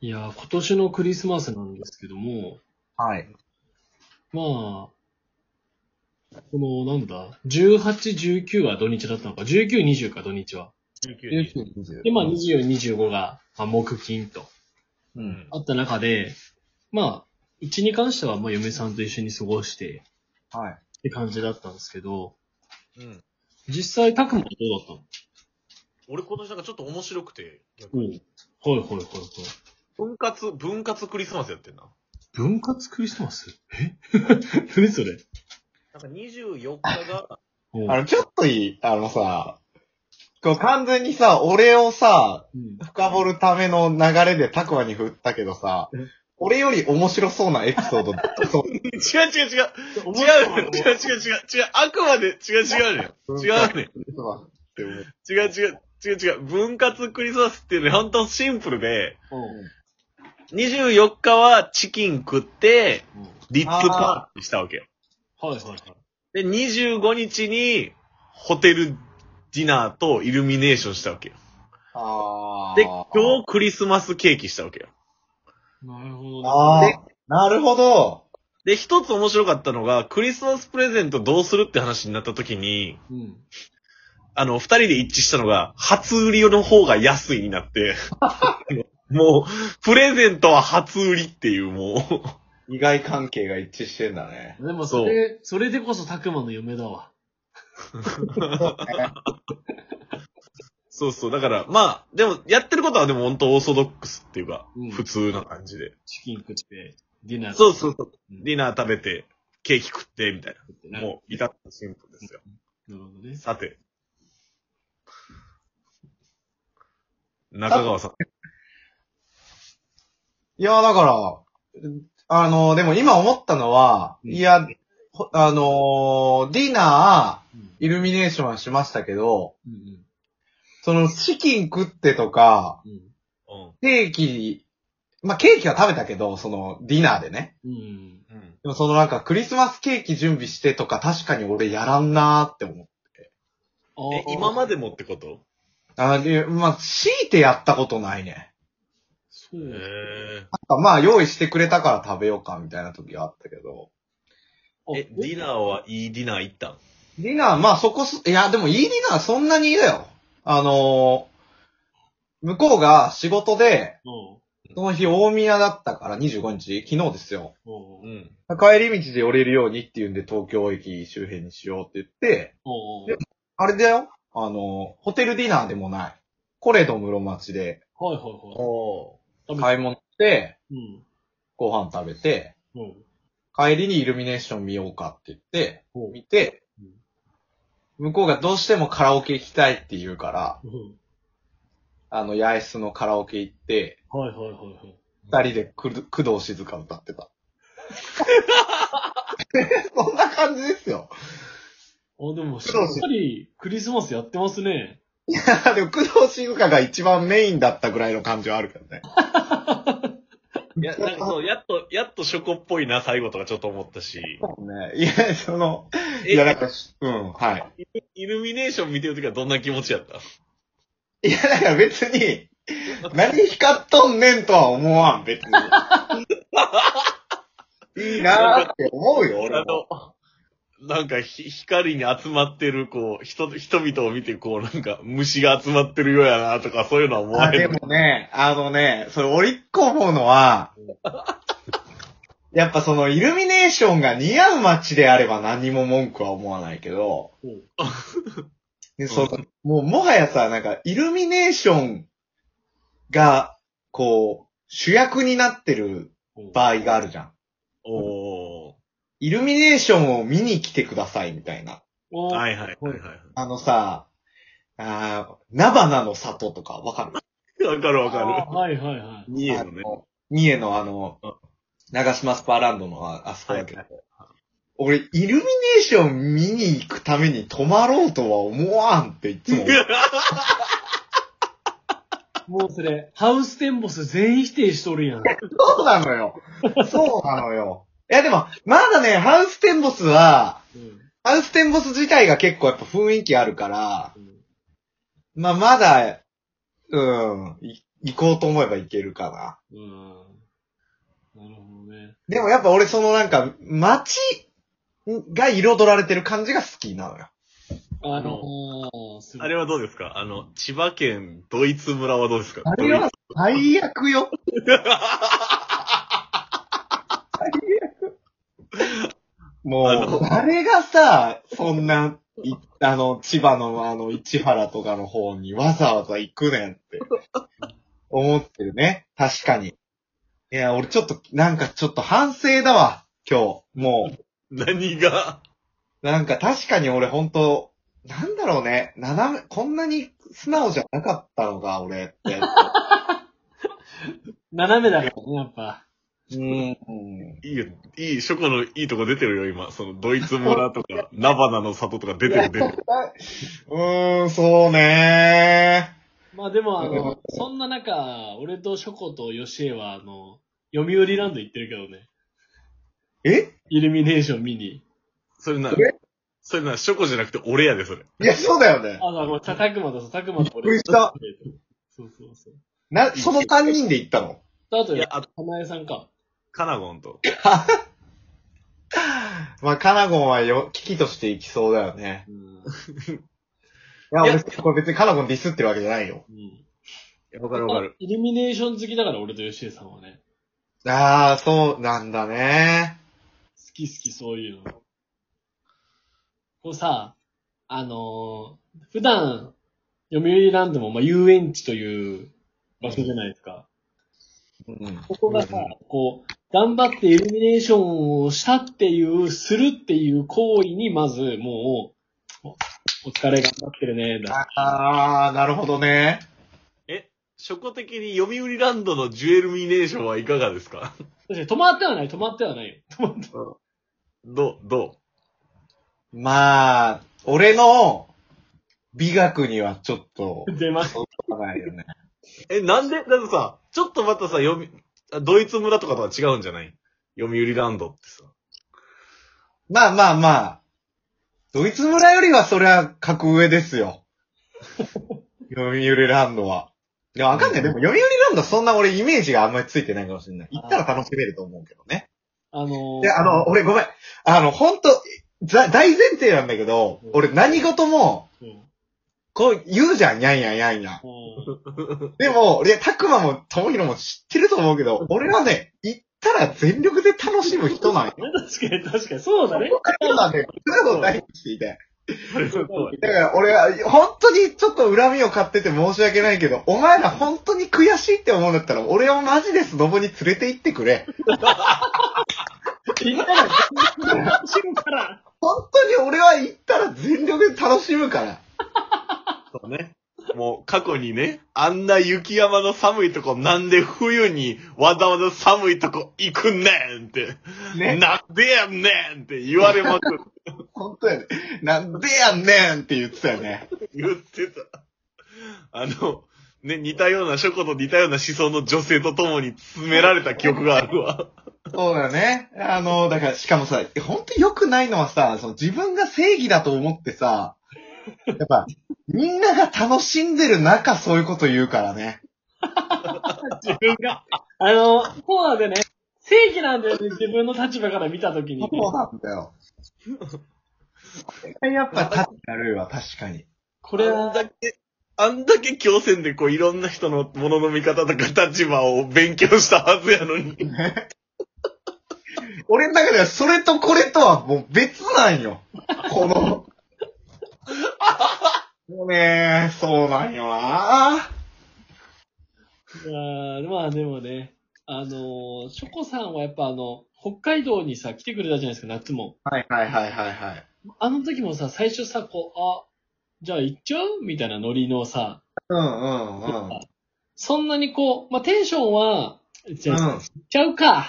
いやー、今年のクリスマスなんですけども、はい。まあ、この、なんだ、18、19は土日だったのか、19、20か土日は。 19日。で、まあ20 24、25が、まあ、木金と、う。うんん。あった中で、まあ、うちに関しては、まあ、嫁さんと一緒に過ごして、はい。って感じだったんですけど、うん。実際、たくまはどうだったの俺今年なんかちょっと面白くて、逆うん。はにいはいはいはい。分割、分割クリスマスやってんな。分割クリスマスえ 何それなんか24日 が、うんあの、ちょっといい、あのさ、こう完全にさ、俺をさ、うん深掘るための流れでタクワに振ったけどさうん、俺より面白そうなエピ ソード、そう。違う違う違う。違う、違う違う違う。違う、あくまで違う違うねん。違うねん。って思う。違う違う。違う違う。分割クリスマスっていうのは本当シンプルで、24日はチキン食って、うんうんリップパーティーしたわけよ。はいはいはい。で、25日に、ホテルディナーとイルミネーションしたわけよ。あーで、今日クリスマスケーキしたわけよ。なるほどね。あでーなるほど。で、一つ面白かったのが、クリスマスプレゼントどうするって話になった時に、うん。あの、二人で一致したのが、初売りの方が安いになって、 もう、プレゼントは初売りっていう、もう、 意外関係が一致してんだね。でもそれ、それでこそたくまの嫁だわ。そうそう、だから、まあ、でも、やってることはでも本当オーソドックスっていうか、うん普通な感じで。チキン食って、ディナーそうそうそう。うんディナー食べて、ケーキ食って、みたい食ってな。ね。もう、至ってシンプルですよ。なるほどね。さて。中川さん。いや、だから、あの、でも今思ったのは、うんいや、ほあのーディナうんー、イルミネーションはしましたけど、うんその、チキン食ってとか、うん。ケーキ、まあ、ケーキは食べたけど、その、ディナーでね。うん。うん。うん。うん。でもそのなんか、クリスマスケーキ準備してとか、確かに俺やらんなーって思う。あえ、ー今までもってことあで、まあ、強いてやったことないね。そう。へなんかまあ、用意してくれたから食べようか、みたいな時があったけど。え、ディナーはいいディナー行ったん。ディナー、まあそこす、いや、でもいいディナーそんなにいいだよ。あのー向こうが仕事で、おその日大宮だったから25日、昨日ですよ。おうん帰り道で寄れるようにっていうんで東京駅周辺にしようって言って、おうであれだよ。あのーホテルディナーでもない。コレド室町ではいはいはい。お食べ買い物して、うん。ご飯食べて、うん。帰りにイルミネーション見ようかって言って、おう見てうん、向こうがどうしてもカラオケ行きたいって言うから、うんあの、八重洲のカラオケ行って、はいはいはいはい。二人でくる工藤静香歌ってた。そんな感じですよ。あ、でも、しっかりクリスマスやってますね。 でも工藤静香が一番メインだったぐらいの感じはあるけどね。いや、なんかそう、やっと、やっとショコっぽいな、最後とかちょっと思ったし。ね いや、その、いや、なえ、んか、うん、はイルミネーション見てるときはどんな気持ちやったい。いや、だから別に、何光っとんねんとは思わん、別 に。いいなーって思うよ、俺あも。の、なんかひ、光に集まってる、こう、人、人々を見て、こう、なんか、虫が集まってるようやな、とか、そういうのは思わあ、れでる。もね、あのね、それ、俺一個思うの は、やっぱその、イルミネーションが似合う街であれば何も文句は思わないけど、おうでそのもう、もはやさ、なんか、イルミネーションが、こう、主役になってるおう場合があるじゃん。おイルミネーションを見に来てください、みたいな。おー。うはいはいはい はあのさ、あー菜花の里とか、わかるい。わかるわあかはいはいはいる。。見えるねあ。の三重のあのうん、長島スパーランドのああそこだけどは。俺、イルミネーション見に行くために泊まろうとは思わんっていつも思う。もうそれ、ハウステンボス全否定しとるやん。そうなのよ。そうなのよ。いやでも、まだね、ハウステンボスは、うんハウステンボス自体が結構やっぱ雰囲気あるから、うんまあまだ、うん、い行こうと思えば行けるかな。うん。なるほどね。でもやっぱ俺そのなんか、街が彩られてる感じが好きなのよ。あのの、すごいあれはどうですかあの、千葉県ドイツ村はどうですかあれは最悪 よ。最悪。もあのう、誰がさ、そんな、いあの、千葉のあの、市原とかの方にわざわざ行くねんって、思ってるね。確かに。いや、俺ちょっと、なんかちょっと反省だわ、今日。も何がう、なんか確かに俺ほんと、なんだろうね、斜め、こんなに素直じゃなかったのか、俺 って。斜めだからね、やっぱ。うん。いいよ、いい、ショコのいいとこ出てるよ、今。その、ドイツ村 とか、ナバナの里とか出てる、出てる。うーん、そうねまあでも、あうの、そんな中、俺とショコとヨシエは、あの、読売ランド行ってるけどね。ー。えイルミネーション見に。それなそれ、それな、ショコじゃなくて俺やで、それ。いや、そうだよね。あ、だから、たたくまださ、たくまと俺。びっくりした。そうそうそう。な、その3人で行ったの。あといやね、、あと、かなえさんか。カナゴンと。まあ、カナゴンはよ、危機として行きそうだよね。うん。いや、いや俺、これ別にカナゴンディスってるわけじゃないよ。うん。わかるわかる。イルミネーション好きだから、俺とヨシエさんはね。ああ、そうなんだね。好き好き、そういうの。こうさ、あのー普段、読売ランドも、まあ、遊園地という場所じゃないですか。うん。ここがさ、こう、頑張ってイルミネーションをしたっていう、するっていう行為に、まず、もう、おお疲れ頑張ってるね、だ。ああ、なるほどね。え、ショコ的に読売ランドのジュエルミネーションはいかがですか 確かに止まってはない、止まってはないよ。止まってどう、どまあ、俺の美学にはちょっと、出ます。届かないよね。うえ、なんでだってさ、ちょっとまたさ、読み、あドイツ村とかとは違うんじゃない読売ランドって さ。まあまあまあ、ドイツ村よりはそりゃ格上です よ。読売ランドは。いや、わかんない。でも、読売ランドはそんな俺イメージがあんまりついてないかもしれない。行ったら楽しめると思うけどね。あのーで、あの、俺ごめん。あの、ほんと、ざ大前提なんだけど、俺何事も、うんこう言うじゃん、やんやんやんやん。うんでも、いや、たくまも、ともひろも知ってると思うけど、俺はね、行ったら全力で楽しむ人なんよ。確かに、確かに、そうだね。そうなんだよ。そういうことないっていて。あれそうだだから俺は、本当にちょっと恨みを買ってて申し訳ないけど、お前ら本当に悔しいって思うんだったら、俺をマジでスノボに連れて行ってくれ。みんなが楽しむから。本当に俺は行ったら全力で楽しむから。そうね。もう過去にね、あんな雪山の寒いとこなんで冬にわざわざ寒いとこ行くねんって、ね。なんでやんねんって言われまくる。本当やね。なんでやんねんって言ってたよね。言ってた。あの、ね、似たような、ショコと似たような思想の女性と共に詰められた記憶があるわ。そうだね。あの、だから、しかもさ、本当良くないのはさ、その自分が正義だと思ってさ、やっぱ、みんなが楽しんでる中、そういうこと言うからね。自分が。あの、コーナーでね、正義なんだよね、自分の立場から見たときに、ね。そうなんだよ。それが やっぱ立ち悪いわ、確かに。これあんは、だけ、あんだけ強戦でこういろんな人のものの見方とか立場を勉強したはずやのに。俺の中ではそれとこれとはもう別なんよ。この。もうねそうなんよなあーまあでもね、あのー、ショコさんはやっぱあの、北海道にさ、来てくれたじゃないですか、夏も。はいはいはいはいはい。あの時もさ、最初さ、こう、あ、じゃあ行っちゃうみたいなノリのさ、うんうんうん。そんなにこう、まあテンションは、じゃあ行っうん。ちゃうか、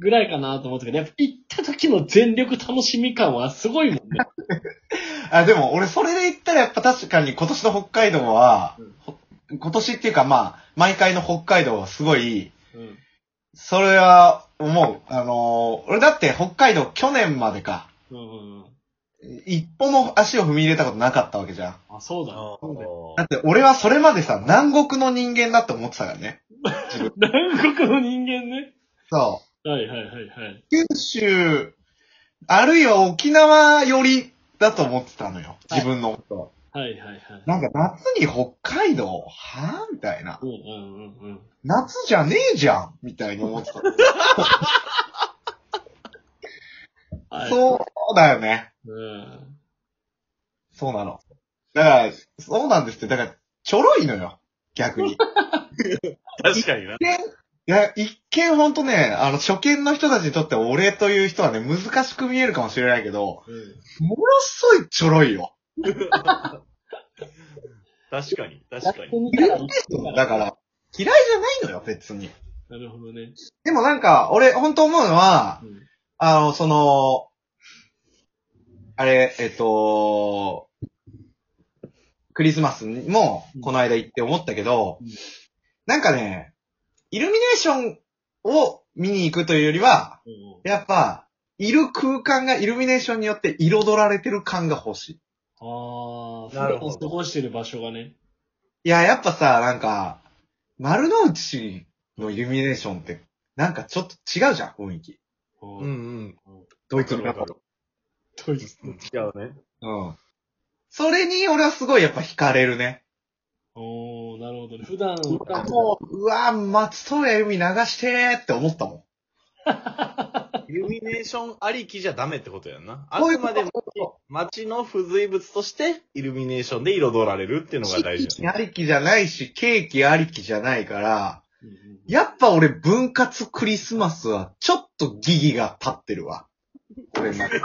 ぐらいかなと思ったけど、やっぱ行った時の全力楽しみ感はすごいもんね。あ、でも俺それで言ったらやっぱ確かに今年の北海道は、今年っていうかまあ、毎回の北海道はすごい、うん。それは思う。あのー俺だって北海道去年までか。うんうんうん。一歩も足を踏み入れたことなかったわけじゃん。あ、そうだ。あそうだよだって俺はそれまでさ、南国の人間だって思ってたからね。 南国の人間ね。そはいはいはいはい。う。九州、あるいは沖縄寄りだと思ってたのよ。自分のこと。はいはいはい。なんか夏に北海道はぁみたいなう。んうんうんうん。夏じゃねえじゃんみたいに思ってた。はい、そうだよね。うん。そうなの。だから、そうなんですって。だから、ちょろいのよ。逆に。確かにな。いや、一見ほんとね、あの、初見の人たちにとって俺という人はね、難しく見えるかもしれないけど、うんものすごいちょろいよ。確かに、確かに。みいるでしょだから、嫌いじゃないのよ、別に。なるほどね。でもなんか、俺、ほんと思うのはう、んあの、その、あれ、えっと、クリスマスにもうん、この間行って思ったけど、うんなんかね、イルミネーションを見に行くというよりは、うんやっぱ、いる空間がイルミネーションによって彩られてる感が欲しい。ああ、なるほど普段過ごしてる場所がね。いや、やっぱさ、なんか、丸の内のイルミネーションって、なんかちょっと違うじゃん、雰囲気。うん。うんうん。ドイツのわか中るドイツ。違うね。うん。それに俺はすごいやっぱ惹かれるね。おー、なるほどね。普段、もう、うわ松任谷由実流してーって思ったもイルミネーションありきじゃダメってことやんな。あそういうくことまでも街の付随物としてイルミネーションで彩られるっていうのが大ん。事やありきじゃないし、ケーキありきじゃないから、うんうんやっぱ俺分割クリスマス はちょっとギギが立ってるわ。俺の中で